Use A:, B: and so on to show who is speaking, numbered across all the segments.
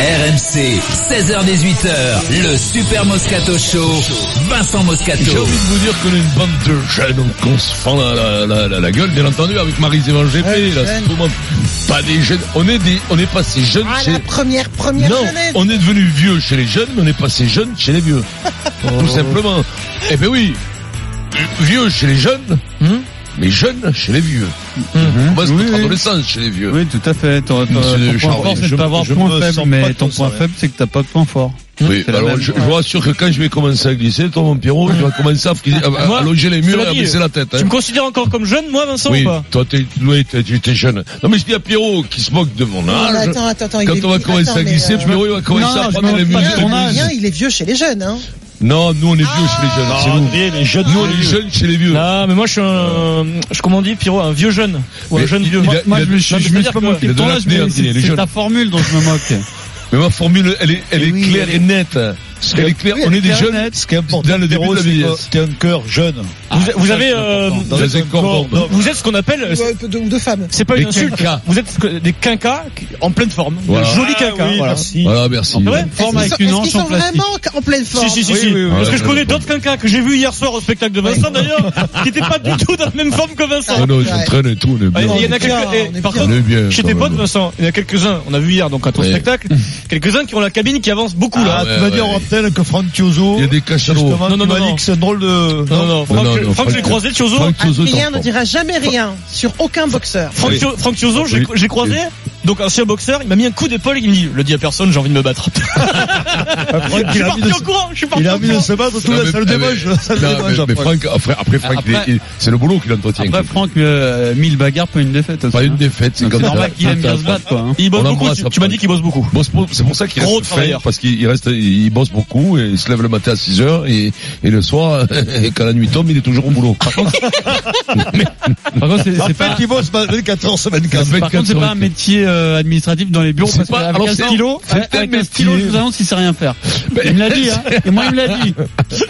A: RMC, 16h18h, le Super Moscato Show, Vincent
B: J'ai
A: Moscato.
B: envie de vous dire qu'on est une bande de jeunes qu'on se fend la, la, la, la, la gueule, bien entendu, avec Marie-Zévan GP, là, c'est tout le monde. Pas des jeunes, on est des, on est passé jeunes
C: Ah,
B: chez...
C: la première, première
B: Non,
D: Oh,
C: jeunesse.
B: on est devenu vieux chez les jeunes, mais on est passé jeunes chez les vieux. Tout simplement. Eh ben oui, vieux chez les jeunes, mais jeunes chez les vieux. On passe
E: Oui,
B: notre
E: oui.
B: adolescence chez les vieux.
E: Oui, tout à fait. Ton, ton-
B: Monsieur
E: ton
B: de
E: point
B: Charles,
E: fort, c'est
B: je-
E: de pas avoir
B: je
E: de point
B: me
E: faible,
B: sens pas
E: mais
B: de
E: ton
B: ça,
E: point
B: ouais.
E: faible, c'est que t'as pas de point fort.
B: Oui,
E: C'est la
B: alors
E: même-
B: je, je vous rassure que quand je vais commencer à glisser, toi mon Pierrot, tu vas commencer à, friser- à- à- à
D: Moi,
B: loger les murs
D: cela
B: et à
D: dit,
B: baisser la tête.
D: Tu
B: Hein.
D: me considères encore comme jeune, moi, Vincent,
B: Oui,
D: ou pas
B: toi t'es ouais, t'es- tu étais jeune. Non mais je dis à Pierrot qui se moque de mon
C: Non, mais
B: âge.
C: attends, attends, attends, il
B: Quand
C: est
B: on va
C: vieux-
B: commencer
C: attends,
B: à
C: mais,
B: glisser,
C: euh,
B: Pierrot il va commencer
E: non,
B: à
E: je
B: prendre
E: me
B: les
E: moque pas
B: musiques.
E: de ton âge.
C: Bien, il est vieux chez les jeunes, hein.
B: Non, nous on est vieux chez les jeunes. hein, c'est nous.
D: les jeunes,
B: Nous on est jeunes chez les vieux.
D: Ah, Non, Ah, mais moi, je suis un, je, comment on dit, Pierrot, un vieux jeune. Ou un
B: Mais
D: jeune
B: il-
D: vieux.
B: il
E: Moi,
B: a-
E: moi,
B: il a-
E: je me suis,
D: non, mais
E: je me suis
D: c'est-à-dire
E: pas
D: que-
E: moqué
B: il
E: de
B: a
E: ton
B: de
E: âge,
B: l'apnée,
E: mais
B: hein, il est
E: c'est c'est
B: jeune.
E: ta formule dont je me moque.
B: Mais ma formule, elle est, elle est
C: Oui,
B: claire
C: oui.
B: et nette. Elle est claire,
E: Oui,
B: on est des
E: claire et
B: jeunes.
E: nette.
F: Ce qui est important,
B: Dans le début
F: Pierrot,
B: de la
F: c'est
B: vieillesse.
F: que T'es un cœur jeune.
D: vous, vous avez, euh,
F: Dans
B: Ah, Dans un corps
F: corps
D: vous êtes ce qu'on appelle,
C: Ou, euh, de- ou de femmes.
D: c'est pas
B: Des
D: une insulte,
B: quinquas.
D: vous êtes ce que- des quinquas qui- en pleine forme.
B: Voilà.
D: De jolis quinquas. voilà. Ah
F: merci.
B: Voilà, merci.
D: C'est vrai
E: Forme
C: Est-ce
E: avec
C: qu'ils
E: une
C: sont- est-ce
E: hanche
C: qu'ils
E: en
C: sont
E: plastique.
C: vraiment en pleine forme
D: Si, si, si, si.
E: Oui, oui, oui.
D: Parce que
B: Ouais,
D: je connais
B: ouais.
D: d'autres quinquas que j'ai vu hier soir au spectacle de Vincent, d'ailleurs, qui n'étaient pas du tout dans le même forme que Vincent.
B: Ah Non, non, je traîne et tout, on est bien.
D: Il y en a
C: bien,
D: quelques,
C: on est
D: et, par
C: bien.
B: On
D: contre,
B: est bien.
D: Chez
B: Euh, quand
D: tes
B: même.
D: potes, Vincent, il y en a quelques-uns, on a vu hier donc à ton
B: Ouais.
D: spectacle, quelques-uns qui ont la cabine qui avance beaucoup là.
B: Ah,
F: Ah,
B: ouais,
F: tu vas dire,
B: ouais.
F: Raptel, que Franck Tiozo,
B: Il y a des cachalots.
F: justement,
D: Non, non,
F: tu m'as
D: non,
F: dit
D: non.
F: que c'est un drôle de...
D: Non, non, Franck,
B: non, non,
D: Franck, je l'ai
B: Franck-
D: croisé, Tiozo.
B: Franck Tiozo, t'en
C: Rien ne
B: prends.
C: dira jamais rien sur aucun boxeur.
D: Franck,
B: Oui.
D: Tio- Franck Tiozo, j'ai
B: Oui.
D: j'ai croisé. Donc, ancien boxeur, il m'a mis un coup d'épaule, il me dit, le dis à personne, j'ai envie de me battre.
F: Ah, Franck,
D: je
F: il
D: suis
F: a envie de
D: parti
F: se-
D: au courant, je suis parti
F: il
D: au
F: a envie de
D: courant.
F: se battre, tout
B: Non,
F: la
B: mais-
F: salle
B: mais-
F: des manches, la salle
B: Non,
F: des
B: mais, mais
F: manches.
B: Franck, après, après Franck, il est-
D: Après-
B: il- c'est le boulot qu'il entretient.
E: Après,
B: quoi.
E: Franck, euh, 1000 bagarres, pas une défaite. aussi,
B: pas une
E: hein.
B: défaite, c'est
E: Donc,
B: comme
E: C'est
B: ça.
E: normal qu'il aime bien se battre, quoi. hein.
D: Il bosse
B: On
D: beaucoup,
B: l'embrasse,
D: tu,
B: Franck.
D: tu m'as dit qu'il bosse beaucoup.
B: Bosse pour- C'est pour ça qu'il
D: Gros
B: reste fait,
D: travailleur.
B: parce qu'il il reste, il bosse beaucoup, et il se lève le matin à 6 heures, et, et le soir, et quand la nuit tombe, il est toujours au boulot. Bah,
E: Par contre, c'est- c'est pas,
F: Raptel qui bosse 24 heures sur 24.
E: par contre, c'est pas un métier euh, administratif dans les bureaux
B: C'est
E: parce
B: pas-
E: qu'avec
B: alors,
E: un
B: c'est-
E: stylo,
B: c'est un
E: avec un stylo,
B: métier.
E: je vous annonce, il sait rien faire. Il me l'a dit, hein. Et moi, il me l'a dit.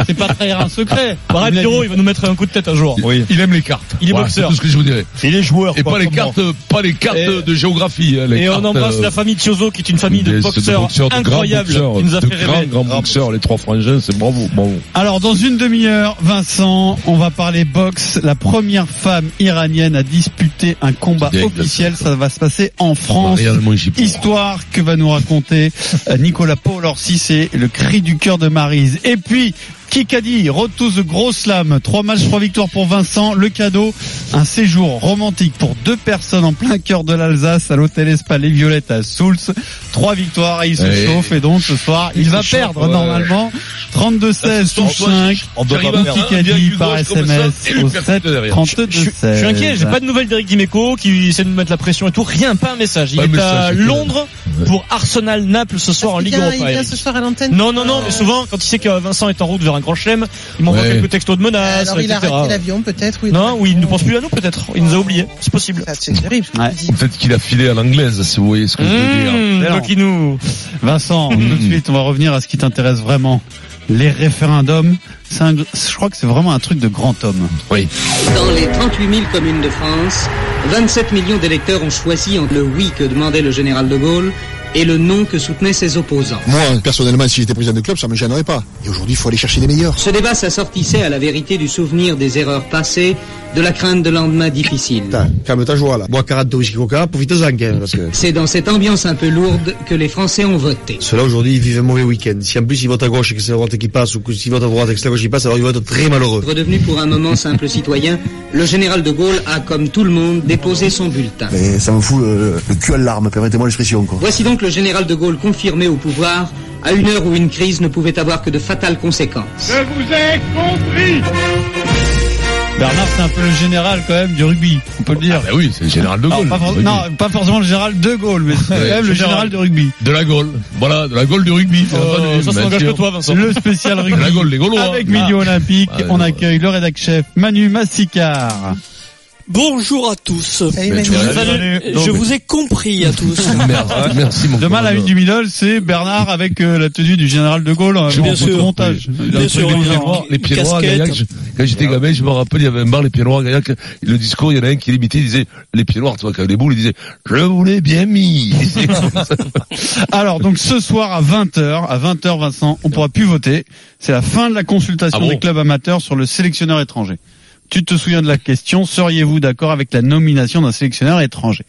E: C'est pas trahir un secret.
D: Brad
E: Il me l'a
D: Piro,
E: dit.
D: il va nous mettre un coup de tête un jour.
F: Oui.
B: Il aime les cartes.
D: Il est
B: Voilà,
D: boxeur.
B: C'est tout ce que je vous dirais.
F: Il est joueur.
B: Et
F: quoi,
B: pas les
F: comme
B: cartes, pas les cartes
D: Et-
B: de géographie. hein, les
D: Et on
B: cartes,
D: embrasse
B: euh,
D: la famille Tiozo, qui est une famille
B: des-
D: de
B: de
D: boxeurs
B: de grands
D: incroyables,
B: boxeurs,
D: qui nous a
B: de
D: fait rêver.
B: grands, grands boxeurs, les trois frangins, c'est bravo, bravo.
E: Alors dans une demi-heure, Vincent, on va parler boxe. La première femme iranienne à disputer un combat
B: Direct de la
E: officiel, ça va se passer en France.
B: Rien de moins j'y pense.
E: Histoire que va nous raconter euh, Nicolas Paul Orsi, c'est le cri du cœur de Marise. Et puis, Kikadi, Road de Gros Slam, trois matchs, trois victoires pour Vincent, le cadeau, un séjour romantique pour deux personnes en plein cœur de l'Alsace à l'hôtel Espalais Violette à Soultz, trois victoires et il se
B: Ouais.
E: chauffe et donc ce soir, il,
B: Il
E: va
B: se chauffe,
E: perdre
B: ouais.
E: normalement, 32-16,
B: On doit-
E: 105,
F: on doit
B: J'arrive
F: pas
B: à
F: faire
B: un
E: Kikadi
B: virgule
E: par
B: gauche comme ça,
E: SMS
B: et lui
E: au
B: faire
E: 7
B: tout derrière.
E: 32
D: Je, je suis inquiet, j'ai pas de nouvelles d'Eric Dimeco qui essaie de nous mettre la pression et tout, rien, pas un message. Il
B: Pas
D: est
B: de
D: à
B: message, c'est
D: Londres
B: Ouais.
D: pour Arsenal Naples ce soir en
C: Parce qu'il
D: Ligue
C: vient- Il
D: Europa.
C: vient
D: Eric.
C: ce soir Ah. à l'antenne.
D: Non, non, non, mais souvent, quand il sait que Vincent est en route vers un grand chelem, il m'envoie
B: Ouais.
D: quelques textos de menaces,
C: Alors, il a
D: etc.
C: arrêté l'avion, peut-être. ou il-
D: Non, ou il ne pense plus à nous, peut-être. Il nous a oubliés. C'est possible. Hmm,
C: Ça, C'est terrible. ce que
E: Ouais.
C: tu dis.
B: Peut-être qu'il a filé à l'anglaise, si vous voyez ce que je veux dire.
D: Mmh,
E: Alors.
D: donc il nous.
E: Vincent,
B: Mhm.
E: tout de suite, on va revenir à ce qui t'intéresse vraiment. Les référendums, C'est un- je crois que c'est vraiment un truc de grand homme.
B: Oui.
G: Dans les 38 000 communes de France, 27 millions d'électeurs ont choisi entre le oui que demandait le général de Gaulle et le non que soutenaient ses opposants.
H: Moi, personnellement, si j'étais président de club, ça me gênerait pas. Et aujourd'hui, il faut aller chercher les meilleurs.
G: Ce débat s'assortissait à la vérité du souvenir des erreurs passées, de la crainte de lendemains difficiles.
H: Calme ta joie, là. Bois 42 whisky coca, profite-en, quand même, parce que...
G: C'est dans cette ambiance un peu lourde que les Français ont voté.
H: Ceux-là, aujourd'hui, ils vivent un mauvais week-end. Si en plus ils votent à gauche et que c'est la droite qui passe, ou que s'ils votent à droite et que c'est la gauche qui passe, alors ils vont être très malheureux.
G: Redevenu pour un moment simple citoyen, le général de Gaulle a, comme tout le monde, déposé son bulletin.
I: Et ça me fout le, le cul à l'arme, permettez-moi l'expression, quoi.
G: Voici donc le général de Gaulle confirmé au pouvoir, à une heure où une crise ne pouvait avoir que de fatales conséquences.
E: Bernard, c'est un peu le général quand même du rugby, on peut le
B: Ah
E: dire.
B: bah oui, c'est le général de
E: Alors,
D: Ah,
B: Gaulle.
E: pas for-
B: vous voyez.
E: non, pas forcément le général de Gaulle, mais c'est quand
B: Ouais,
E: même le général de rugby.
B: De la Gaulle. Voilà, de la Gaulle du rugby. bien
D: Euh,
B: entendu,
D: ça, ça
B: bien
D: n'engage que
B: sûr.
D: toi, Vincent.
E: Le spécial
B: De la
E: rugby.
B: Gaulle, les Gaulois.
E: Avec
B: Ah.
E: Midi Olympique,
B: Ah,
E: on
B: ouais.
E: accueille le rédac chef Manu Massicard.
J: Bonjour à tous.
C: Salut,
B: Mais
C: Manu.
B: tu vois,
J: Salut.
E: Non,
J: Je
E: mais-
J: vous ai compris à tous.
B: Ah, Merci, merci mon
E: Demain, la
B: commandant.
E: une du middle, c'est Bernard avec euh, la tenue du général de Gaulle. euh,
B: Je
E: en
J: bien
E: photo
J: sûr.
E: montage.
J: Bien sûr,
B: Les
J: il y
B: pieds
J: aura
B: noirs,
J: une
B: les pieds noirs,
J: casquette.
B: les gars, je- Quand j'étais gamin, je me rappelle, il y avait un bar, les pieds noirs, à Gaillac. Le discours, il y en a un qui l'imitait, il disait, les pieds noirs, toi, quand les boules, il disait, je voulais bien mis. C'est comme ça.
E: Alors, donc ce soir à 20h, à 20h Vincent, on pourra plus voter. C'est la fin de la consultation
B: Ah bon
E: des clubs amateurs sur le sélectionneur étranger. Tu te souviens de la question, seriez-vous d'accord avec la nomination d'un sélectionneur étranger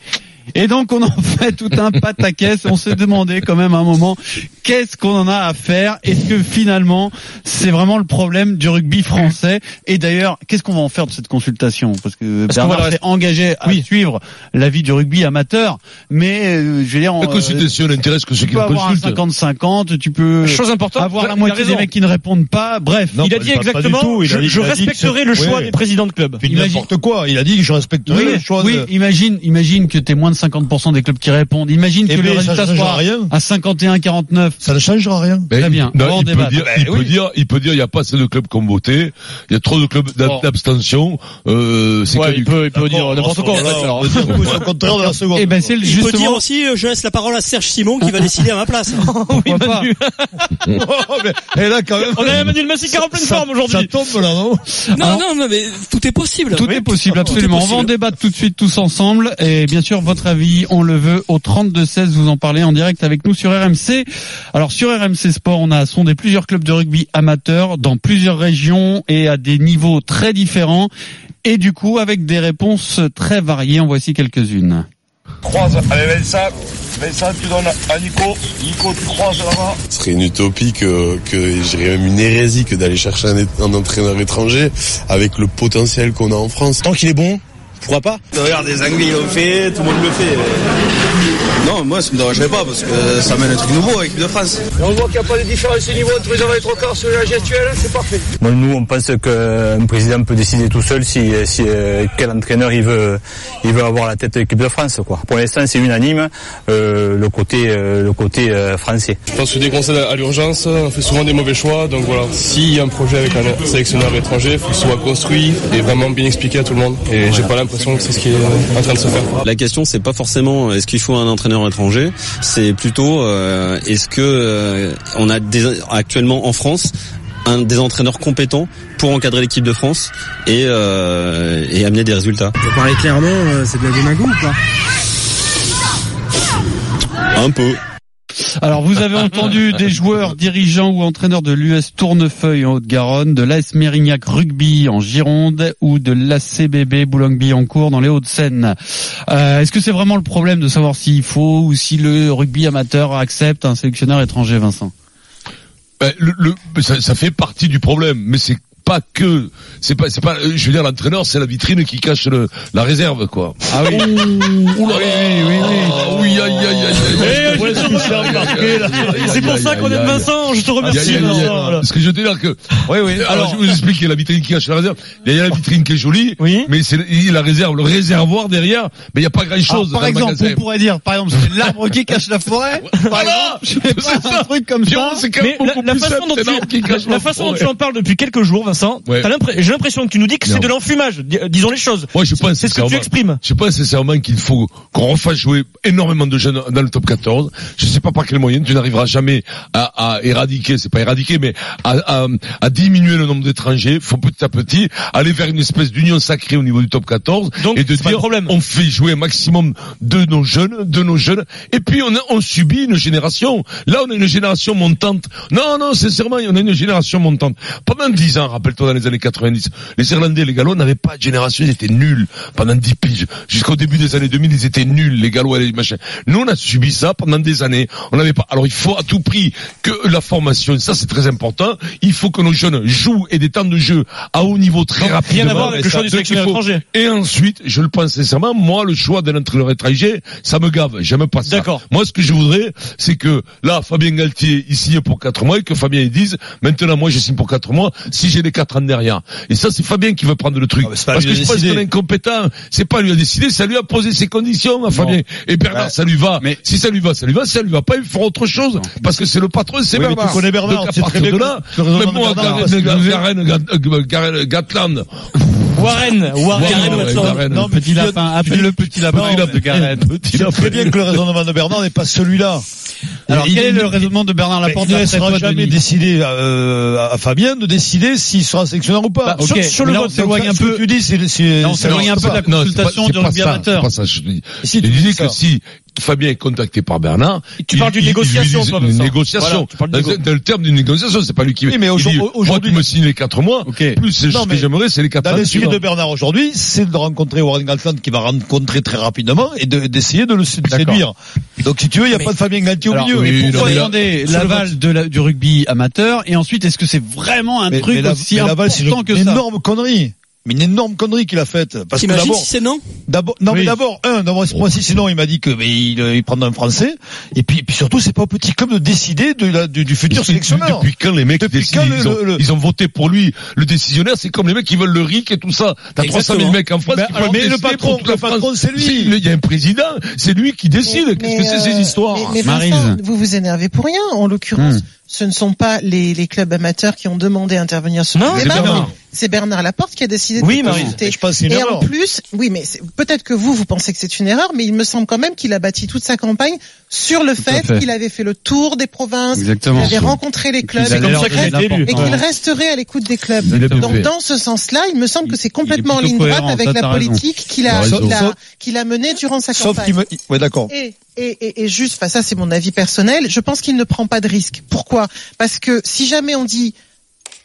E: Et donc on en fait tout un pataquès, on s'est demandé quand même à un moment, qu'est-ce qu'on en a à faire Est-ce que finalement c'est vraiment le problème du rugby français Et d'ailleurs, qu'est-ce qu'on va en faire de cette consultation Parce que
D: qu'on va
E: Bernard
D: le
E: s'est engagé à suivre la vie du rugby amateur, mais euh, je veux dire... on-
B: La consultation n'intéresse que ceux
E: tu
B: qui
E: peux
B: la
E: avoir un
B: consultent.
E: 50-50, tu peux
D: Chose importante,
E: avoir la
D: il a
E: moitié
D: raison.
E: des mecs qui ne répondent pas. Bref,
F: Non,
D: il a
F: pas-
D: dit
F: pas- pas du
D: exactement,
F: tout, il a
D: je,
F: dit-
D: je
F: il a dit que
D: respecterai
F: c'est-
D: le choix
F: oui.
D: des présidents de club.
F: Puis
E: Imagine-
F: n'importe quoi. Il a dit que je respecterai le choix
E: oui,
F: de...
E: imagine, imagine que t'es moins de 50% des clubs qui répondent. Imagine
F: Eh
E: que le
F: bien, ça
E: résultat
F: changera
E: soit
F: rien.
E: à 51-49.
F: Ça ne changera rien.
B: Ben,
E: Très
B: il-
E: bien, on va
B: Non,
E: en
B: il, peut
E: débattre.
D: Ben
B: dire, il, peut dire, il peut dire, il n'y a pas assez de clubs qui ont voté, il y a trop de clubs d'ab-
D: Bon.
B: d'abstention, euh, c'est
D: Ouais,
B: que
D: il
B: du-
D: peut, il peut dire n'importe quoi. en fait,
F: Voilà,
D: alors.
F: on va dire que c'est au contraire de la seconde.
E: Eh ben, c'est le-
J: Il peut dire
E: justement.
J: aussi, euh, je laisse la parole à Serge Simon qui va décider à ma place.
E: pourquoi pas.
F: Oh, mais- Et là, quand même...
D: On a eh ben, Emmanuel Massicard en pleine
F: ça-
D: forme aujourd'hui.
F: Ça tombe, là, non
J: Non,
E: Alors-
J: non, non, mais tout est possible.
E: Tout est possible, absolument. On va en
J: possible.
E: débattre tout de suite tous ensemble. Et bien sûr, votre avis, on le veut au 32-16. Vous en parlez en direct avec nous sur RMC. Alors, sur RMC Sport, on a sondé plusieurs clubs de rugby amateurs dans plusieurs régions et à des niveaux très différents. Et du coup, avec des réponses très variées, en voici quelques-unes.
K: croise avec Vincent. Vincent, tu donnes à Nico. Nico, tu croises là-bas.
L: Ce serait une utopie que, que je dirais même une hérésie que d'aller chercher un, é- un entraîneur étranger avec le potentiel qu'on a en France. Tant qu'il est bon, pourquoi pas
K: Regarde, les Anglais l'ont fait, tout le monde le fait. Non, moi, ça me dérangerait pas parce que Euh, ça mène un truc nouveau avec de France. on voit qu'il n'y a pas de différence au niveau entre les hommes et les trois quarts sur la gestuelle, c'est parfait.
M: nous, on pense qu'un président peut décider tout seul si, si euh, quel entraîneur il veut, il veut avoir la tête de l'équipe de France. Quoi. Pour l'instant, c'est unanime euh, le côté, euh, le côté euh, français.
L: Je pense que dès qu'on s'aide à l'urgence, on fait souvent des mauvais choix. Donc voilà, s'il y a un projet avec un sélectionneur étranger, il faut qu'il soit construit et vraiment bien expliqué à tout le monde. Et j'ai pas l'impression que c'est ce qui est en train de se faire.
N: La question, c'est pas forcément euh, est-ce qu'il faut un entraîneur étranger, c'est plutôt euh, est-ce que euh, on a des- actuellement en France un des entraîneurs compétents pour encadrer l'équipe de France et, euh, et amener des résultats.
O: Pour parler clairement, euh, c'est de la démago ou pas
N: Un peu.
E: Alors, vous avez entendu des joueurs, dirigeants ou entraîneurs de l'US Tournefeuille en Haute-Garonne, de l'AS Mérignac Rugby en Gironde ou de l'ACBB Boulogne-Billancourt dans les Hauts-de-Seine. Euh, Est-ce que c'est vraiment le problème de savoir s'il faut ou si le rugby amateur accepte un sélectionneur étranger, Vincent
B: Ben, le, le- mais ça, ça fait partie du problème, mais c'est pas que c'est pas c'est pas euh, je veux dire l'entraîneur c'est la vitrine qui cache le, la réserve quoi.
E: Ah oui.
B: Ouh là là. Ah oui, aïe, aïe, aïe, aïe, aïe.
D: Eh, je te remercie, Marc. C'est pour ça qu'on aime Vincent, je te remercie
B: Aïe, aïe, aïe, aïe.
D: Vincent. voilà.
B: Parce que je veux dire que. Oui, oui. Alors, je vais vous expliquer la vitrine qui cache la réserve. Il y
D: Ah.
B: a la vitrine qui est jolie. Mais c'est la réserve, le réservoir derrière. Mais il n'y a pas grand chose.
E: Ah,
D: Ah,
E: par exemple, on pourrait dire, par exemple, c'est l'arbre qui cache la forêt. Par
B: Ah
E: exemple, je sais pas, un truc comme ça.
B: c'est quand même
D: Mais la,
B: beaucoup
D: la
B: plus
D: façon
B: simple,
D: dont
B: c'est l'arbre qui
D: tu,
B: cache
D: la- la
B: la
D: façon dont
B: forêt.
D: tu en parles depuis quelques jours, Vincent,
B: Ouais.
D: t'as l'impr- j'ai l'impression que tu nous dis que c'est
B: Non.
D: de l'enfumage. Dis- euh, Disons les choses.
B: Moi, je pense
D: C'est ce que tu
B: sincèrement-
D: exprimes.
B: Je pense sincèrement qu'il faut qu'on refasse jouer énormément de jeunes dans le top 14. Je sais pas par quel moyen tu n'arriveras jamais à, à éradiquer, c'est pas éradiquer, mais à, à- à diminuer le nombre d'étrangers. Faut petit à petit aller vers une espèce d'union sacrée au niveau du top 14
D: Donc,
B: et de
D: c'est pas le
B: dire on fait jouer un maximum de nos jeunes, de nos jeunes. Et puis on, a- on subit une génération. Là, on a une génération montante. Non, non, sincèrement, on a une génération montante. Pendant 10 ans, rappelle-toi, dans les années 90, les Irlandais, et les Gallois n'avaient pas de génération, ils étaient nuls. Pendant 10 piges, jusqu'au début des années 2000, ils étaient nuls, les Gallois et les machins. Nous, on a subi ça pendant des années. On n'avait pas. Alors, il faut à tout prix que la formation, ça c'est très important. Il faut que nos jeunes jouent et des temps de jeu à haut niveau très
D: Donc,
B: rapidement.
D: rien à voir avec le choix du
B: Donc, il
D: sélectionneur
B: faut-
D: étranger.
B: et ensuite, je le pense sincèrement, moi, le choix d'un entraîneur étranger, ça me gave. J'aime pas ça.
D: D'accord.
B: Moi, ce que je voudrais, c'est que là, Fabien Galtier, il signe pour quatre mois et que Fabien, il dise, maintenant, moi, je signe pour quatre mois si j'ai les quatre ans derrière. Et ça, c'est Fabien qui va prendre le truc.
F: pas à
B: Parce
F: Ah, lui
B: que
F: de
B: je pense
F: décider.
B: qu'on est incompétent. C'est pas à lui à décider, ça lui a posé ses conditions, à Fabien. Et
F: Bah,
B: Bernard, ça lui va. Mais... Si ça lui va, ça lui va. Si ça lui va pas, il fera autre chose. Parce que c'est le patron, c'est
F: Oui, mais
B: Bernard.
F: tu connais Bernard,
B: Donc, à
F: c'est très
B: partir
F: bien
B: de
F: que
B: là,
F: le raisonnement
B: mais
F: de
B: moi,
F: Bernard,
B: Garen-
F: parce que-
B: Garen- Garen- Garen- Gatland.
D: Warren, Warren,
B: Warren,
D: Watson.
B: Warren.
F: Non, mais
E: Petit
F: tu viens-
E: lapin,
F: tu
E: appelle
F: viens-
E: le petit lapin
F: Non,
E: de Gareth.
F: Tu sais très bien que le raisonnement de Bernard n'est pas celui-là.
E: Alors, quel est le raisonnement de Bernard Laporte
F: Il ne
E: d'après
F: sera
E: toi,
F: jamais
E: Denis
F: décidé euh, à Fabien de décider s'il sera sélectionneur ou pas.
E: Bah, ok,
F: Sur, sur
E: mais
F: le
E: là,
F: vote,
E: on s'éloigne
F: donc,
E: un
F: ce que
E: peu-
F: Tu dis, c'est, c'est,
E: Là, on
F: c'est-
E: s'éloigne
F: non,
E: un
F: c'est
E: peu de
F: pas-
E: la consultation du rugby
B: ça, c'est
E: amateur.
B: pas ça. Je dis,
F: Si,
B: je
F: tu
B: dis
F: dis
B: que
F: ça.
B: si Fabien est contacté par Bernard,
D: Tu parles
B: il-
D: d'une
B: il-
D: négociation,
B: il-
D: toi,
B: une
D: Vincent. Voilà,
B: négociation.
D: tu parles d'une
B: dans,
D: négo-
B: dans le terme d'une négociation, c'est pas lui qui.
F: Oui, mais
B: il dit,
F: aujourd'hui-
B: moi,
F: aujourd'hui-
B: tu me signes les quatre mois. Plus c'est- ce
F: Non,
B: que
F: mais
B: j'aimerais, c'est les quatre
F: Dans
B: années
F: l'esprit de
B: suivantes.
F: Bernard aujourd'hui, c'est de rencontrer Warren Gatland qui va rencontrer très rapidement et de- d'essayer de le sé- séduire. Donc si tu veux, il n'y a
E: Mais-
F: pas de Fabien Galtier au
E: Alors,
F: milieu.
E: mais
F: Et
E: pourquoi
F: pourquoi
E: demander
F: il-
E: l'aval de la- du rugby amateur et ensuite est-ce que c'est vraiment un
F: Mais-
E: truc
F: mais la-
E: aussi
F: mais la
E: important
F: balle, c'est une,
E: que
F: une
E: ça
F: énorme connerie. Mais une énorme connerie qu'il a faite. Parce que
J: T'imagines
F: d'abord,
J: si c'est non
F: d'abord, non mais
E: Oui.
F: d'abord, un, d'abord, c'est pas- si sinon il m'a dit que mais il, euh, il prendrait un Français. Et puis, et puis surtout, c'est pas au petit club de décider de la- du, du futur sélectionneur.
B: Depuis quand les mecs décident,
F: quand le-
B: ils, ont,
F: le- le-
B: ils ont voté pour lui. Le décisionnaire, c'est comme les mecs qui veulent le RIC et tout ça. T'as 300 000
F: Exactement.
B: mecs en France
F: Ben,
B: qui
F: alors,
B: peuvent
F: mais le
B: décider
F: patron,
B: pour toute la
F: le patron,
B: France.
F: c'est lui.
B: Si, Il y a un président, c'est lui qui décide. Qu'est-ce que
C: Mais,
B: c'est
C: euh,
B: ces histoires
C: mais, mais Vincent, vous vous énervez pour rien. En l'occurrence, ce ne sont pas les, les clubs amateurs qui ont demandé à intervenir sur
F: Non,
C: le
F: c'est
C: débat.
F: Bernard.
C: mais C'est Bernard Laporte qui a décidé de
F: Oui,
C: le
F: Marie,
C: consulter.
F: je pense que c'est une
C: Et en
F: erreur.
C: plus, oui, mais c'est- peut-être que vous, vous pensez que c'est une erreur, mais il me semble quand même qu'il a bâti toute sa campagne sur le fait,
E: fait.
C: qu'il avait fait le tour des provinces,
E: Exactement.
C: qu'il avait rencontré les clubs,
E: C'est
C: et
E: comme
C: qu'il
E: ça qu'il a été
C: reste-
E: élu.
C: et qu'il resterait à l'écoute des clubs.
E: Il a bien
C: Donc
E: fait.
C: dans ce sens-là, il me semble que c'est complètement en
E: plutôt
C: ligne droite
E: cohérent,
C: avec
E: ça,
C: la
E: t'as raison.
C: politique qu'il a,
E: Ouais,
C: qu'il a-
E: sauf-
C: qu'il a menée durant sa campagne.
F: Sauf qu'il me, ouais, d'accord.
C: Et, et, et, et juste, enfin, ça c'est mon avis personnel, je pense qu'il ne prend pas de risque. Pourquoi Parce que si jamais on dit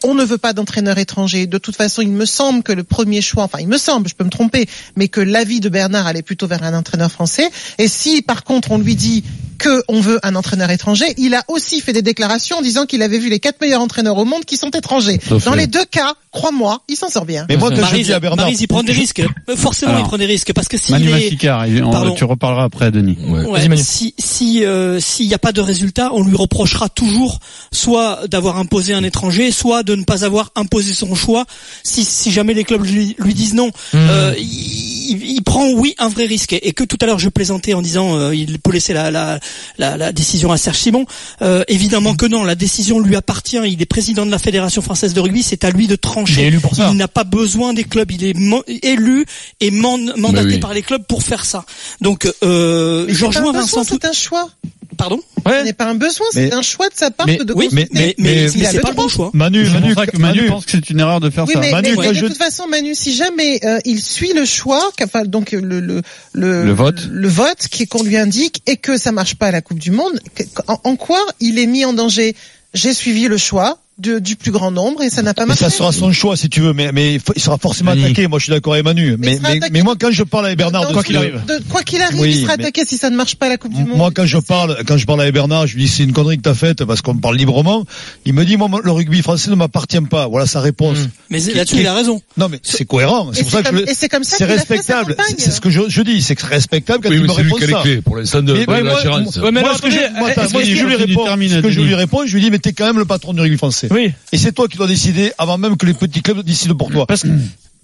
C: on ne veut pas d'entraîneur étranger, de toute façon il me semble que le premier choix, enfin il me semble, je peux me tromper, mais que l'avis de Bernard allait plutôt vers un entraîneur français, et si par contre on lui dit que on veut un entraîneur étranger, il a aussi fait des déclarations en disant qu'il avait vu les quatre meilleurs entraîneurs au monde qui sont étrangers.
E: Tout à fait.
C: Dans les deux cas, crois-moi, il s'en sort bien.
F: Mais moi, quand je
J: Maryse,
F: dis à Bernard,
J: Maryse, il prend des risques. Euh, Forcément,
E: Alors.
J: il prend des risques parce que si
E: Manu
J: il est-
E: Massicard, il- on-
J: Pardon.
E: tu reparleras après, Denis.
J: Ouais, si si euh, s'il n'y a pas de résultat, on lui reprochera toujours soit d'avoir imposé un étranger, soit de ne pas avoir imposé son choix. Si si jamais les clubs lui, lui disent non,
O: Hmm.
J: euh, il, il- il prend oui un vrai risque. Et, et que tout à l'heure je plaisantais en disant euh, il peut laisser la la, la la décision à Serge Simon. Euh, évidemment que non, la décision lui appartient. Il est président de la fédération française de rugby, c'est à lui de trancher.
D: Il est élu pour ça.
J: Il n'a pas besoin des clubs. Il est mo- élu et man- mandaté
D: oui.
J: par les clubs pour faire ça. Donc euh,
C: Mais
J: je
C: c'est pas
J: rejoins
C: un
J: Vincent.
C: besoin,
J: tout-
C: c'est un choix.
J: Pardon
C: Ce n'est pas un besoin,
E: Mais-
C: c'est un choix de sa part que de
J: oui, mais,
C: consulter.
J: mais, mais, mais
C: Il a
J: c'est pas le
C: droit.
J: bon choix.
E: Manu, Manu,
F: Manu,
E: Manu,
F: Manu.
E: pense que c'est une erreur de faire
C: Oui,
E: ça.
C: mais,
F: Manu,
C: mais-
F: quand
C: mais de
F: je-
C: toute façon, Manu, si jamais euh, il suit le choix, qu'enfin, donc euh, le le le,
E: Le vote.
C: le vote qui qu'on lui indique et que ça marche pas à la Coupe du Monde, que- en, en quoi il est mis en danger J'ai suivi le choix de- du plus grand nombre et ça n'a pas
F: Mais
C: marché.
F: ça sera son choix si tu veux, mais, mais il faut- il sera forcément
E: Denis.
F: attaqué. Moi, je suis d'accord avec
C: Mais
F: Manu.
C: il
F: Mais,
C: sera
F: mais,
C: attaqué.
F: mais euh, moi, quand je parle avec Bernard,
C: Dans
F: de
C: quoi
F: ce qu'il arrive.
C: De- quoi qu'il arrive,
F: Oui,
C: il sera
F: mais-
C: attaqué si ça ne marche pas à la Coupe du Monde.
F: Moi, quand je parle, quand je parle avec Bernard, je lui dis c'est une connerie que t'as faite parce qu'on parle librement. Il me dit moi le rugby français ne m'appartient pas. Voilà sa réponse.
J: Mais
F: Qui-
J: là-dessus,
F: qui-
J: il a raison.
F: Non mais c'est cohérent.
C: Mm. Et
F: C'est pour ça que
C: comme-
F: je le-
C: et c'est comme ça
F: c'est
C: qu'il a fait sa
F: respectable.
C: campagne.
F: C'est c'est ce que je, je dis, c'est que c'est respectable quand
B: Oui,
F: il
B: mais
F: me
B: c'est lui
F: répond
B: qui a les
F: ça.
B: clés pour l'instant de
F: Mais-
B: pour
F: mais moi-
B: l'assurance.
F: moi-
D: mais
F: moi,
D: alors,
F: ce que je-
D: attendez,
F: moi,
D: Eh, est-ce
F: moi,
D: que-
F: ce que je lui
D: est-ce que-
F: réponds,
E: termine,
F: ce que je
E: Denis.
F: lui réponds, je lui dis mais t'es quand même le patron du rugby français.
D: Oui.
F: Et c'est toi qui dois décider avant même que les petits clubs décident pour toi.
D: Parce que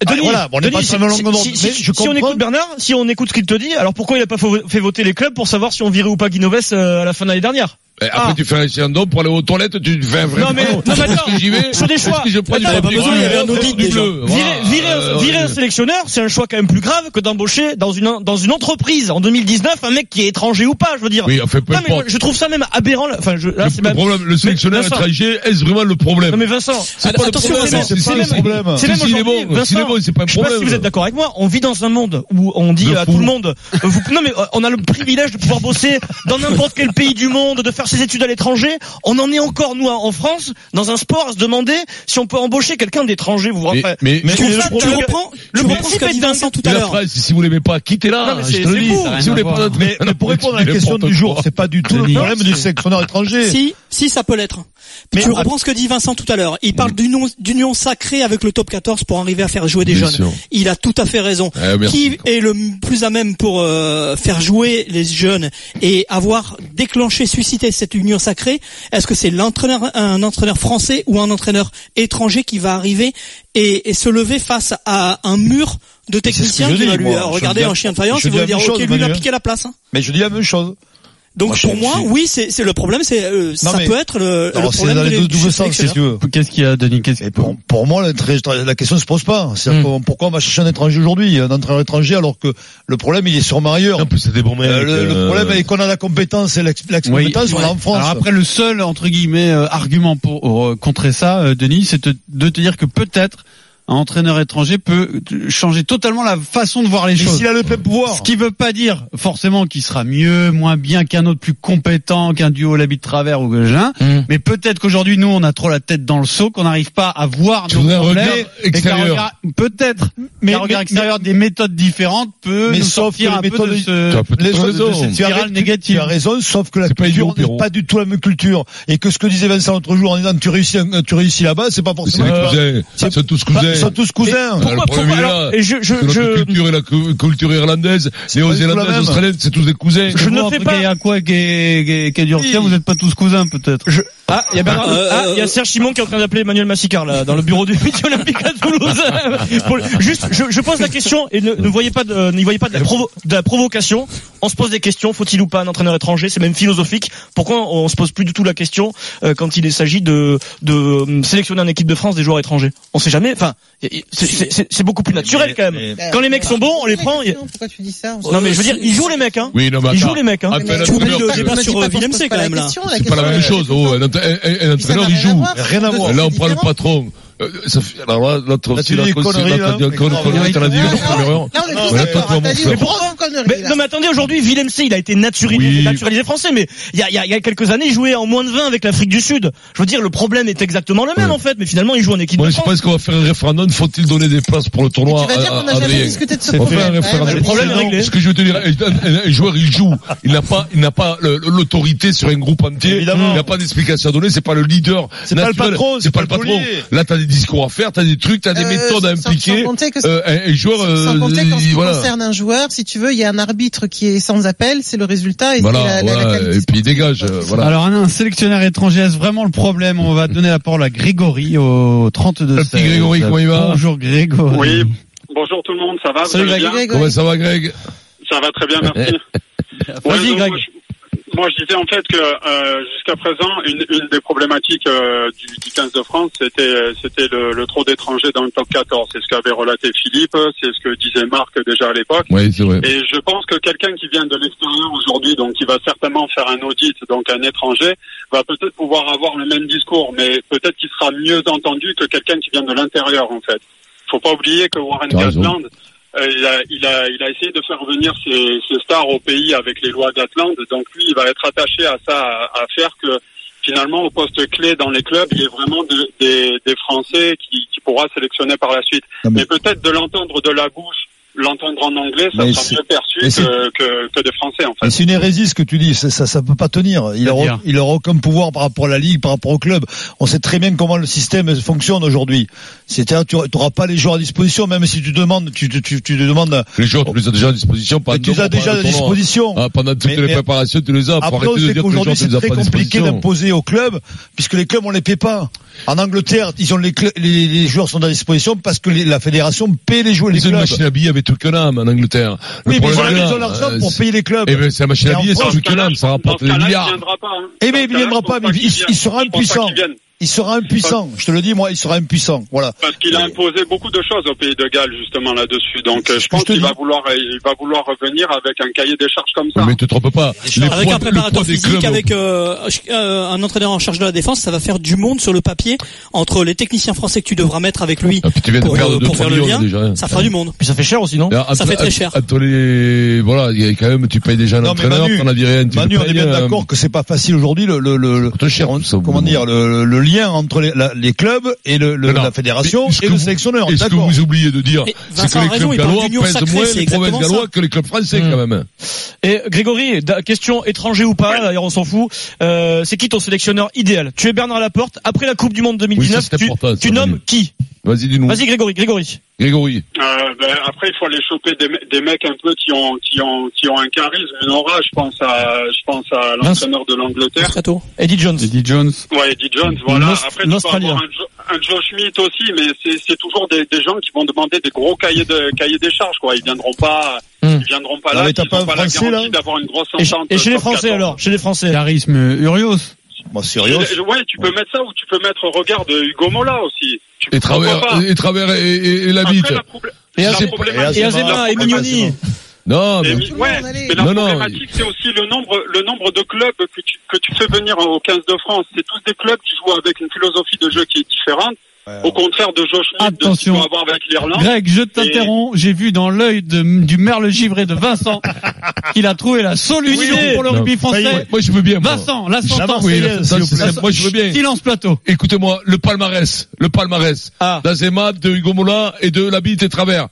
F: Ah,
D: Denis,
F: voilà, bon, on n'est
D: Denis,
F: pas sur la
D: si-
F: longue onde,
D: si,
F: mais
D: si-
F: je
D: si on
F: comprends.
D: écoute Bernard, si on écoute ce qu'il te dit, alors pourquoi il a pas fo- fait voter les clubs pour savoir si on virait ou pas Guinoves euh, à la fin de l'année dernière
B: Et Eh, après,
D: Ah.
B: tu fais un référendum pour aller aux toilettes, tu fais un vrai.
D: Non, mais-
B: plan.
D: non, mais attends,
B: Est-ce que j'y vais
D: sur des choix.
B: Est-ce que je prends du
D: Attends,
B: papier
D: il y a pas besoin, il y avait un
B: bleu,
D: audit
B: du
D: déjà.
B: bleu Voilà.
D: Virer, virer un-
B: Euh,
D: virer un
B: ouais.
D: sélectionneur, c'est un choix quand même plus grave que d'embaucher dans une dans une entreprise en 2019 un mec qui est étranger ou pas, je veux dire.
B: Oui, enfin, peu
D: Non, mais
B: importe.
D: je trouve ça même aberrant. là. Enfin, je, là,
B: Le-
D: c'est
B: le
D: ma-
B: problème, le sélectionneur
D: Mais Vincent-
B: étranger, est-ce vraiment le problème
D: Non mais Vincent,
B: C'est pas le
D: attention,
B: problème,
D: Vincent,
B: c'est pas le
D: même-
B: problème.
D: C'est même
B: Si, s'il est
D: aujourd'hui,
B: bon, s'il est
D: Vincent,
B: bon, c'est pas un
D: Je sais pas si
B: problème.
D: vous êtes d'accord avec moi, on vit dans un monde où on dit
B: De
D: à
B: fou.
D: tout le monde euh, vous, non mais euh, on a le privilège de pouvoir bosser dans n'importe quel pays du monde, de faire ses études à l'étranger, on en est encore nous en France dans un sport à se demander si on peut embaucher quelqu'un d'étranger, vous voyez
B: Mais-
D: enfin,
B: mais-
D: je trouve
B: mais
D: ça
J: Tu
D: dingue.
J: reprends,
D: le
J: tu reprends ce
D: principe
J: qu'a
D: est
J: dit
D: dingue.
J: Vincent tout à
B: La
J: l'heure.
B: phrase, si vous l'aimez pas, quittez-la.
D: Non, mais
B: je
D: c'est-
B: te le
D: c'est
B: dis.
D: vous.
B: Si
D: Ça
B: vous
D: a rien
B: voulez
D: à
B: pas
D: voir.
B: d'entre-
F: Mais, mais pour répondre à la question du jour, c'est pas du tout le
E: Denis.
F: problème du sélectionneur étranger.
J: Si, si, ça peut l'être.
F: Mais-
J: tu reprends ce que dit Vincent tout à l'heure. Il parle d'union, d'union sacrée avec le top 14 pour arriver à faire jouer des
B: Bien
J: jeunes.
B: sûr.
J: Il a tout à fait raison.
F: Ah,
B: Eh, merci.
J: Qui est le m- plus à même pour euh, faire jouer les jeunes et avoir déclenché, suscité cette union sacrée Est-ce que c'est l'entraîneur, un entraîneur français ou un entraîneur étranger qui va arriver et, et se lever face à un mur de
F: c'est ce que
J: techniciens
F: je
J: qui va
F: dis,
J: lui
F: moi.
J: euh,
F: Je
J: regarder
F: dis-
J: en chien de faïence
F: je
J: et
F: dis
J: va
F: la
J: lui dire
F: même chose,
J: ok lui il a
F: Manu, hein.
J: piqué la place. hein.
F: Mais je dis la même chose.
J: Donc
E: Moi, je-
J: pour moi,
E: je-
J: oui, c'est c'est le problème, c'est euh,
F: Non,
J: ça
F: mais-
J: peut être le,
F: Alors,
J: le
F: c'est
J: problème
F: dans les
J: de
F: deux-
J: l'é- du
F: doubles sens, si tu
J: sélectionneur.
F: veux.
E: Qu'est-ce qu'il y a, Denis Qu'est-ce-
F: pour, pour moi, l'intérêt- la question se pose pas. C'est-à-dire qu'on- Pourquoi on va chercher un étranger aujourd'hui, un entraîneur étranger, alors que le problème, il est sur Marieur. Euh, le, le problème est qu'on a la compétence et l'ex-
E: Oui.
F: l'ex-compétence, on l'a en France.
E: Alors après, le seul entre guillemets euh, argument pour euh, contrer ça, euh, Denis, c'est te- de te dire que peut-être un entraîneur étranger peut t- changer totalement la façon de voir les choses.
F: s'il a le plein pouvoir.
E: Ce qui veut pas dire forcément qu'il sera mieux, moins bien qu'un autre plus compétent, qu'un duo l'habit de travers ou que j'un.
B: Mm.
E: Mais peut-être qu'aujourd'hui nous on a trop la tête dans le seau, qu'on n'arrive pas à voir
B: Tu
E: nos
B: voudrais un
E: problèmes.
B: regard
E: et qu'un
B: extérieur.
E: regard- Peut-être.
F: Mais-
E: Mais un regard
F: mais-
E: extérieur, des méthodes différentes peut
F: mais
E: nous
F: sauf que
E: sortir un
F: les
E: peu
F: méthodes,
E: de ce,
F: les
E: de
F: choses-
E: cette
F: tu as
E: spirale
F: raison,
E: négative.
F: Tu as raison, sauf que la
E: pas idiot,
F: culture n'est
E: Pierrot.
F: pas du tout la même culture. Et que ce que disait Vincent l'autre jour en disant tu réussis, un- tu réussis là-bas, Euh, c'est pas
B: C'est
F: forcément.
B: des
F: que tu vas-
B: cousins. Ils sont tous cousins.
F: Bah, ils sont tous cousins.
B: Et
F: Pourquoi-
B: le problème
F: pourquoi-
B: est là.
F: alors, et je- je-
B: C'est notre
F: je-
B: culture et la cu- culture irlandaise,
E: la
B: néo-zélandaise,
E: même.
B: australienne, c'est tous des cousins.
E: Je ne fais pas. à quoi Gay- Gay- Gay Durkheim, vous n'êtes pas tous cousins peut-être.
D: Ah, il y a Bernard-
E: Euh,
D: ah,
E: euh,
D: il y a Serge Simon qui est en train d'appeler Emmanuel Massicard là dans le bureau du Comité Olympique à Toulouse. Pour le- Juste, je, je pose la question et ne, ne voyez pas, de, n'y voyez pas de la, provo- de la provocation. On se pose des questions. Faut-il ou pas un entraîneur étranger C'est même philosophique. Pourquoi on se pose plus du tout la question euh, quand il s'agit de, de euh, sélectionner en équipe de France des joueurs étrangers On sait jamais. Enfin, y- y- c'est- c'est c'est- c'est beaucoup plus naturel quand même. Quand les mecs sont bons, on les prend. y-
C: Pourquoi tu dis ça
D: Non mais je veux dire, ils jouent les mecs. Hein.
B: Oui, non, mais
D: ils
B: attends.
D: jouent les mecs. Hein.
B: Appelle un entraîneur, euh,
C: euh, Willem C, quand même, là. la
B: C'est pas la
C: question,
B: même chose.
C: euh,
B: Oh, un entra- un- un- un entraîneur, il
C: rien à
B: joue.
C: voir, c'est deux
B: Là, on
C: choses
B: prend le
C: différentes.
B: patron. Euh, ça fait- Alors là, l'autre,
F: Là, tu
B: c'est la
F: dis
B: con- c'est
F: conneries,
B: l'autre,
F: là.
B: t'as dit con-
F: Mais
B: conneries, t'en as dit une autre, première heure.
C: Là, on est tous
B: Voilà, toi,
C: d'accord,
B: tu vas
C: t'as
B: voir
C: dit
B: ça.
C: une grande connerie,
D: Mais,
C: là.
D: non mais attendez, aujourd'hui, Willem C, il a été naturalisé, naturalisé français, mais il y a, il y a- il y a quelques années, il jouait en moins de 20 avec l'Afrique du Sud. Je veux dire, le problème est exactement le même en fait, mais finalement, il joue en équipe
B: Moi,
D: de
B: je
D: France.
B: pense qu'on va faire un référendum. Faut-il donner des places pour le tournoi
C: Mais tu vas dire qu'on n'a
B: à- à euh,
C: jamais
B: Adrien
C: discuté de ce
B: On fait
C: problème.
B: un référendum.
C: Ouais, mais le problème est réglé.
B: Ce que je veux te dire, un, un- un joueur, il joue. Il n'a pas, il n'a pas le- l'autorité sur un groupe entier.
F: Évidemment.
B: Il n'a pas d'explication à donner. C'est pas le leader.
F: C'est pas le
B: naturel.
F: patron,
B: C'est pas le patron.
F: collier.
B: Là, t'as des discours à faire, t'as des trucs, t'as des
C: Euh,
B: méthodes à
C: sans- sans
B: impliquer.
C: compter que-
B: Euh, un- un joueur,
C: Sans
B: euh,
C: compter qu'en ce qui
B: il- voilà.
C: concerne un joueur, si tu veux, il y a un arbitre qui est sans appel, c'est le résultat et c'est
B: Voilà,
C: la, la- la
B: voilà.
C: qualité.
B: Et puis, il dégage. euh, Voilà.
E: Alors un, un sélectionnaire étranger, est-ce vraiment le problème On va donner la parole à Grégory au 32
B: Le petit Grégory, comment il va
E: Bonjour Grégory.
P: Oui.
F: Mmh.
P: Bonjour tout le monde, ça va Vous allez bien
B: Comment ça va, Greg
P: Ça va très bien, merci. Ouais, donc, moi, je, moi, je disais en fait que euh, jusqu'à présent, une, une des problématiques euh, du, du 15 de France, c'était euh, c'était le, le trop d'étrangers dans le top 14. C'est ce qu'avait relaté Philippe, c'est ce que disait Marc déjà à l'époque.
B: Oui, c'est vrai.
P: Et je pense que quelqu'un qui vient de l'extérieur aujourd'hui, donc qui va certainement faire un audit, donc un étranger, va peut-être pouvoir avoir le même discours, mais peut-être qu'il sera mieux entendu que quelqu'un qui vient de l'intérieur, en fait. Faut pas oublier que Warren
B: T'as raison.
P: Gatland, euh, il, a, il, a, il a essayé de faire venir ses, ses stars au pays avec les lois d'Atlante, donc lui, il va être attaché à ça, à, à faire que finalement, au poste clé dans les clubs, il y ait vraiment de- des, des Français qui, qui pourra sélectionner par la suite. Mais peut-être de l'entendre de la bouche, l'entendre en anglais, ça
F: Mais c'est-
P: sera mieux perçu
F: mais c'est-
P: que, que, que des Français, en fait.
F: Mais c'est une hérésie ce que tu dis, ça, ça, ça peut pas tenir. Il aura,
P: C'est-à-dire
F: il aura aucun pouvoir par rapport à la ligue, par rapport au club. On sait très bien comment le système fonctionne aujourd'hui. C'est-à-dire, tu n'auras pas les joueurs à disposition, même si tu demandes, tu, tu, tu, tu demandes.
B: Les joueurs, tu les as déjà à disposition. pas
F: Mais tu
B: de
F: les as
B: nombre,
F: déjà
B: pas
F: à
B: de tournoi.
F: disposition.
B: Ah, pendant toutes
F: Mais-
B: les
F: mais-
B: préparations, tu les as. Faut
F: Après, on
B: arrêter de
F: sait
B: dire que les joueurs,
F: qu'aujourd'hui,
B: tu
F: c'est
B: les as
F: très
B: pas à
F: compliqué
B: disposition.
F: d'imposer aux clubs, puisque les clubs, on les paie pas. En Angleterre, ils ont les, cl- les, les joueurs sont à disposition parce que les- la fédération paie les joueurs, les
B: Ils ont une
F: clubs.
B: machine à billets avec Twickenham en Angleterre. Le
F: Oui, mais ils ont-
B: problème est là,
F: ils ont l'argent
B: euh,
F: pour
B: c'est-
F: payer les clubs.
B: Eh ben, c'est la machine
F: Et
B: à
F: en
B: billets, c'est
F: France,
B: Twickenham, ça rapporte des milliards.
F: Eh bien, il viendra pas, mais il, il sera
P: Je pense pas
F: impuissant.
P: qu'il vienne.
F: Il sera impuissant. Je te le dis, moi, il sera impuissant. Voilà.
P: Parce qu'il a imposé beaucoup de choses au pays de Galles justement là-dessus. Donc euh, je pense qu'il va vouloir, il va vouloir revenir avec un cahier des charges comme ça.
B: Mais te trompe pas. Les
J: avec
B: poids-
J: un
B: le
J: préparateur
B: poids des
J: physique,
B: clubs-
J: avec euh, ch- euh, un entraîneur en charge de la défense, ça va faire du monde sur le papier entre les techniciens français que tu devras mettre avec lui
B: Ah, puis tu viens de
J: pour,
B: perdre
J: euh,
B: deux,
J: pour
B: trois
J: faire le
B: millions
J: lien.
B: déjà, hein.
J: Ça fera du monde.
D: Puis ça fait cher aussi, non
B: Alors,
J: Ça
B: entre-
J: fait très cher.
B: entre les- voilà, il y a quand même, tu payes déjà
F: Non, mais
B: l'entraîneur,
F: Manu,
B: t'en as viré un, tu
F: Manu,
B: le
F: on est
B: payes,
F: bien
B: euh,
F: d'accord que c'est pas facile aujourd'hui le, le, le, le- comment dire le, le- le lien entre les, la- les clubs et le, le-
B: Non,
F: la fédération
B: mais ce
F: et
B: que
F: le
B: vous-
F: sélectionneur.
B: Et ce que
F: D'accord.
B: vous oubliez de dire,
F: Et
B: c'est que
F: Vincent
B: les
F: a raison,
B: clubs
F: il parle
B: gallois
F: d'union
B: pèsent
F: sacrée,
B: moins
F: c'est
B: les provinces
F: exactement ça.
B: gallois que les clubs français,
D: Mm.
B: quand même.
D: Et Grégory, da- question étranger ou pas, d'ailleurs on s'en fout. Euh, c'est qui ton sélectionneur idéal Tu es Bernard Laporte. Après la Coupe du Monde
B: Oui, ça,
D: 2019,
B: c'est
D: tu,
B: important, ça,
D: tu nommes
B: Manu.
D: qui
B: Vas-y, dis-nous.
D: Vas-y Grégory, Grégory.
B: Grégory.
P: Euh, ben, après, il faut aller choper des, me- des mecs un peu qui ont, qui ont, qui ont un charisme, une aura. Je pense à, je pense à l'entraîneur de l'Angleterre.
J: Très tôt.
D: Eddie Jones.
E: Eddie Jones.
P: Ouais, Eddie Jones, voilà.
E: L'Aust-
P: Après, tu peux
E: l'Australien.
P: avoir un, jo- un Joe Schmidt aussi, mais c'est c'est toujours des, des gens qui vont demander des gros cahiers de cahiers des charges quoi. Ils viendront pas, ils viendront pas
F: Non,
P: là,
F: mais
P: ils
F: t'as
P: n'ont
F: pas
P: pas,
F: un
P: la
F: Français,
P: garantie
F: là
P: d'avoir une grosse
D: Et, chez-
P: entente.
D: et chez les
P: top
D: Français
P: 14.
D: alors Chez les Français
E: Charisme euh, Urios.
F: Moi,
P: Et- Euh, Ouais, tu peux mettre ça ou tu peux mettre regarde Hugo Mola aussi. Tu-
B: Et euh,
P: pourquoi
B: travers,
P: pas
B: et, travers et, et- et la bite.
P: Et
B: C'est-
P: Azema- et Azema, et Mignoni.
B: Non,
J: Ah,
P: Et
B: mais...
P: mi- ouais, mais la
B: Non, non,
P: problématique, c'est aussi le nombre, le nombre de clubs que tu, que tu fais venir au 15 de France. C'est tous des clubs qui jouent avec une philosophie de jeu qui est différente. Au contraire de Josh Schmidt, de ce qu'il
E: Attention.
P: faut avoir avec l'Irlande.
E: Greg, je t'interromps. J'ai vu dans l'œil de- du merle givré de Vincent qu'il a trouvé la solution
B: Oui.
E: pour le rugby
B: Non, ça y est,
E: français.
B: Moi je veux bien. moi.
E: Vincent, la
B: Oui,
E: sentence.
B: la sentence, s'il vous plaît. Moi je veux bien.
E: Silence plateau.
B: Écoutez-moi, le palmarès, le palmarès
D: Ah.
B: d'Azema, de Hugo Mola et de la bite et travers.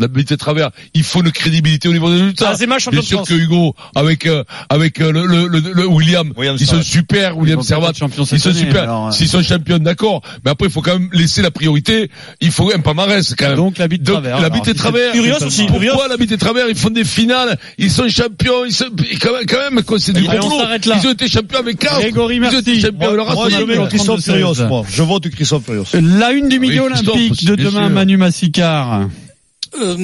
B: La bite et travers, il faut une crédibilité au niveau des résultats.
D: Azema, champion
B: Bien
D: de
B: sûr
D: France.
B: que Hugo, avec euh, avec euh, le, le, le- le William, ils sont super, William Servat, ils sont
E: année,
B: super.
E: alors, euh.
B: S'ils sont champions, d'accord. Mais après, il faut quand même laisser la priorité. Il faut un palmarès quand même. Donc
E: la bite
D: travers,
B: La
D: alors,
B: bite et
D: si c'est-
B: travers.
D: Urios aussi,
B: Pourquoi
D: Urios.
B: la bite et travers Ils font des finales. Ils sont champions. Ils sont quand même, quand même, quoi, c'est du
E: Allez, on
B: complot.
E: s'arrête là.
B: Ils ont été champions avec Castres.
E: Grégory, merci.
B: Ils ont été champions.
E: Moi,
B: Le reste,
E: moi,
B: on a
E: je
B: le
E: mets
B: même.
F: Christophe Furios, moi. Je vote Christophe Furios.
E: La une du midi
F: Oui, Christophe
E: olympique
F: aussi,
E: de
F: bien
E: demain,
F: sûr.
E: Manu Massicard.
J: Euh,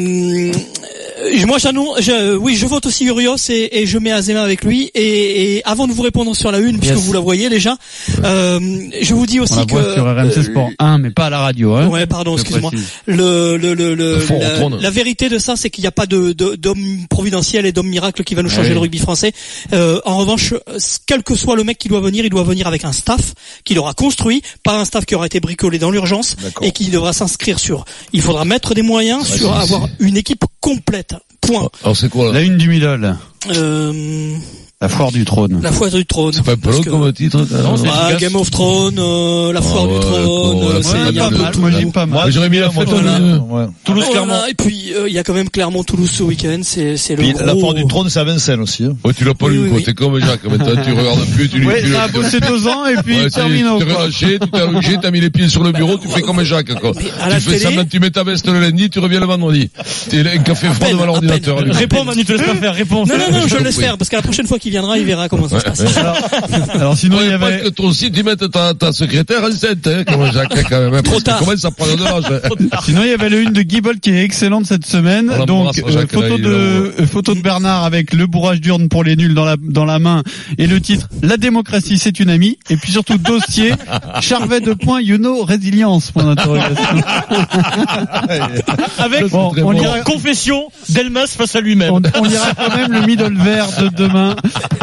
J: euh, moi j'annonce, je- euh, oui, je vote aussi Urios et, et je mets Azema avec lui. Et, et avant de vous répondre sur la une, puisque vous la voyez déjà, euh, je vous dis
E: On la
J: aussi que
E: voit sur
B: Euh,
E: RMC Sport 1, mais pas à la radio. Hein.
J: Ouais, pardon,
E: Je
J: excuse-moi.
E: précise.
J: Le, le, le, le-
E: Faut
J: la,
E: retourner.
J: la vérité de ça, c'est qu'il n'y a pas de de- d'homme providentiel et d'homme miracle qui va nous changer
E: oui.
J: le rugby français. Euh, en revanche, euh, quel que soit le mec qui doit venir, il doit venir avec un staff qu'il aura construit, pas un staff qui aura été bricolé dans l'urgence et qui devra s'inscrire sur. Il faudra mettre des moyens
B: Ouais,
J: sur
B: c'est-
J: avoir une équipe complète. Point.
B: Alors c'est quoi là
E: La une du middle.
J: Euh,
E: La foire du trône.
J: la foire du trône.
B: C'est pas
J: Parce
B: Polo
J: que-
B: comme titre ça
J: Ouais, Game of Thrones, euh, la
B: Ah
J: foire du trône. euh, c'est- il y a un peu tout.
B: Moi Ah, j'aurais mis la photo.
J: Voilà.
B: de-
J: Voilà, Oh Et puis euh, il y a quand même Clermont-Toulouse ce week-end, c'est c'est le
F: Puis
J: gros.
F: la porte du trône, c'est à Vincennes aussi. hein.
B: Ouais, Oh, tu l'as pas
J: Oui,
B: lu, quoi.
J: oui.
B: T'es comme Jacques. Maintenant, tu regardes plus, tu lis
E: Ouais,
B: plus.
E: ça a
B: tu-
E: bossé deux ans et puis
B: Ouais, c'est-
E: termino,
B: Tu t'es
E: quoi.
B: relâché, tu t'es allongé, t'as mis les pieds sur le bureau, tu fais comme Jacques, quoi.
J: à la
B: Tu fais
J: télé-
B: semblant, tu mets ta veste le lundi, tu reviens le vendredi. T'es là, un café froid devant l'ordinateur. lui.
D: Réponds Manu, te laisse
E: Euh,
D: pas faire, réponds.
J: Non, non, non, je le laisse
B: Oui.
J: faire, parce que la prochaine fois qu'il viendra, il verra comment ça se passe.
E: Alors sinon, il y
B: pas
E: avait-
B: que toi aussi, tu mettes ta, ta secrétaire enceinte, hein, comme Jacques, hein, quand même. hein,
J: Trop
B: parce que
J: tard.
B: Commence à prendre de l'âge. hein.
E: Sinon, il y avait le une de Guibold qui est excellente cette semaine.
B: On l'embrasse,
E: Donc, euh,
B: Jacques, là,
E: photo
B: il est
E: de euh, photo de Bernard avec le bourrage d'urne pour les nuls dans la dans la main et le titre La démocratie c'est une amie et puis surtout dossier Charvet de points you know résilience point d'interrogation.
D: Avec
E: Bon,
D: Bon,
E: on
D: bon,
E: ira-
D: confession d'Elmas face à lui-même.
E: On, on ira quand même le middle vert de demain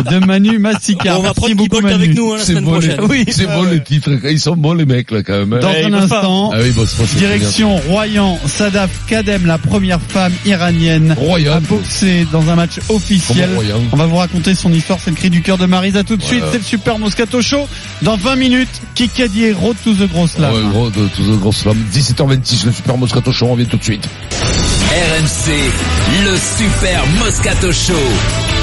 E: de Manu Massicard.
J: On va
E: Merci
J: prendre
E: beaucoup,
J: Guibold
E: Manu.
J: avec nous hein, la
B: C'est
J: semaine
B: bon, les,
J: prochaine.
D: Oui.
B: c'est bon, les titres. Ils sont bons, les mecs, là, quand même. hein.
E: Dans un instant,
B: Ah oui, bon, c'est pas- c'est
E: direction Royan, Sadaf Kadem, la première femme iranienne
B: Royan.
E: à boxer dans un match officiel.
B: Comment Royan
E: On va vous raconter son histoire, c'est le cri du cœur de Marise. À tout de suite, c'est le Super Moscato Show. Dans 20 minutes, Kikadi et Road to the Grosse Lame.
B: Ouais, gros, de, de, de grosse flamme. 17h26, le Super Moscato Show, on revient tout de suite.
A: RMC, le Super Moscato Show.